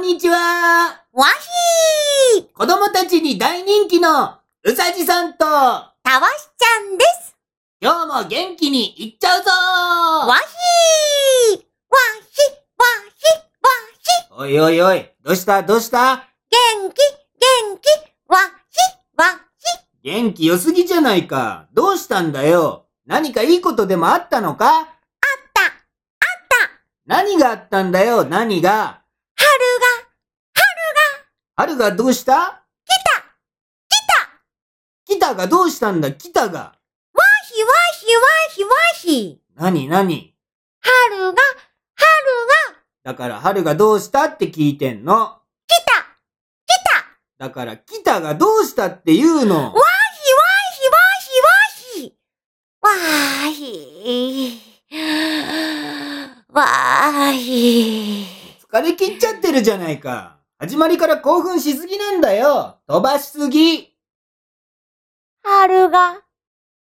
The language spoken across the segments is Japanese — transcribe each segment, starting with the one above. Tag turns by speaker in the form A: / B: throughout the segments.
A: にちは
B: わひー
A: 子供たちに大人気のうさじさんと
B: たわしちゃんです
A: 今日も元気にいっちゃう
B: わ
A: ぞ
B: ひーわひ、わひ、わひ
A: おいおいおい、どうしたどうした
B: 元気、元気わひ、わひ
A: 元気良すぎじゃないか。どうしたんだよ何かいいことでもあったのかあった
B: あった
A: 何があったんだよ何が
B: 春
A: 春がどうした来た来たがどうしたんだ来たが
B: が、わひ、わひ、わひ、わひ
A: 何何
B: 春が、春が
A: だから春がどうしたって聞いてんの。
B: 来た来た
A: だから来たがどうしたって言うの
B: わ。ひ、わひ、わひ、わひわひわひ
A: 疲れ切っちゃってるじゃないか。始まりから興奮しすぎなんだよ。飛ばしすぎ。
B: 春が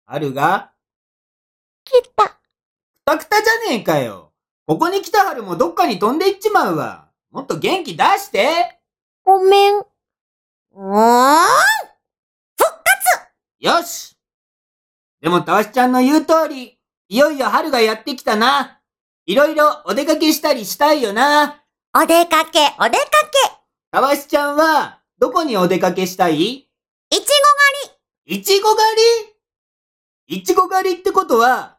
A: 春が
B: 来た
A: くたくたじゃねえかよ。ここに来た春もどっかに飛んでいっちまうわ。もっと元気出して。
B: ごめん。うーん
A: よし。でもたわしちゃんの言う通り、いよいよ春がやってきたな。いろいろお出かけしたりしたいよな。
B: お出かけ、お出か
A: たわしちゃんは、どこにお出かけしたい
B: け。いち
A: いちご狩りいちご狩りってことは、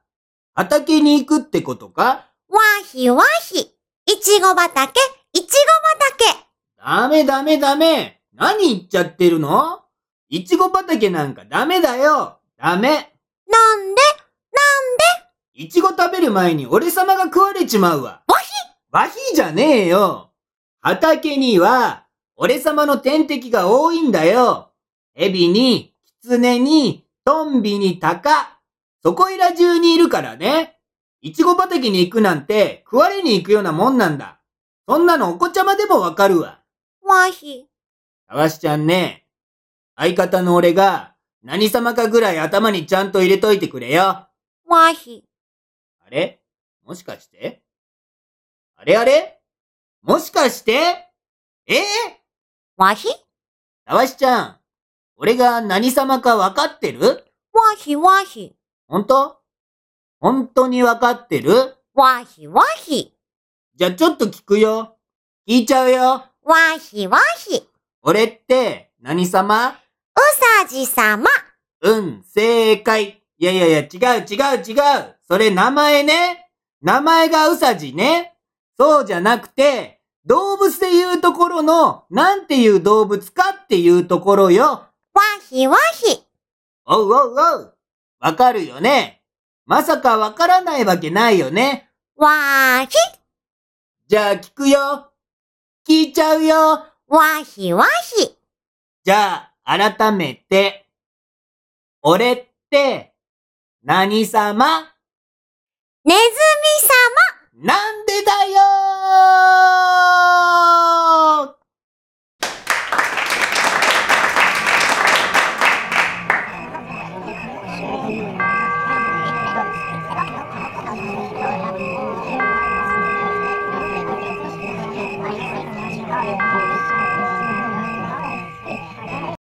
A: 畑に行くってことか
B: ご、わひわひ。いちご畑、いちご畑。
A: ダメダメダメ何言っちゃってるのいちご畑なんかダメだよダメ
B: なんで、
A: いちご食べる前に俺様が食われちまうわ
B: わひ
A: バヒじゃねえよ畑には、俺様の天敵が多いんだよエビに、キツネに、トンビに、タカ。そこいら中にいるからね。いちご畑に行くなんて、食われに行くようなもんなんだ。そんなのお子ちゃまでもわかるわ。
B: わひ。
A: たわしちゃんね、相方の俺が、何様かぐらい頭にちゃんと入れといてくれよ。
B: わひ。
A: あれもしかしてあれあれもしかしてええ
B: わひ
A: たわしちゃん、俺が何様か分かってる
B: わひわひ。
A: 本当本当に分かってる
B: わひわひ。
A: じゃあちょっと聞くよ。聞いちゃうよ。
B: わひわひ。
A: 俺って何様
B: うさじさま。
A: うん、正解。いやいやいや、違う違う違う。それ名前ね。名前がうさじね。そうじゃなくて、動物で言うところの、なんていう動物かっていうところよ。
B: わひわひ。
A: おうおうおう。わかるよね。まさかわからないわけないよね。
B: わひ。
A: じゃあ聞くよ。聞いちゃうよ。
B: わひわひ。
A: じゃあ、改めて。俺って、何様
B: ねずみさま。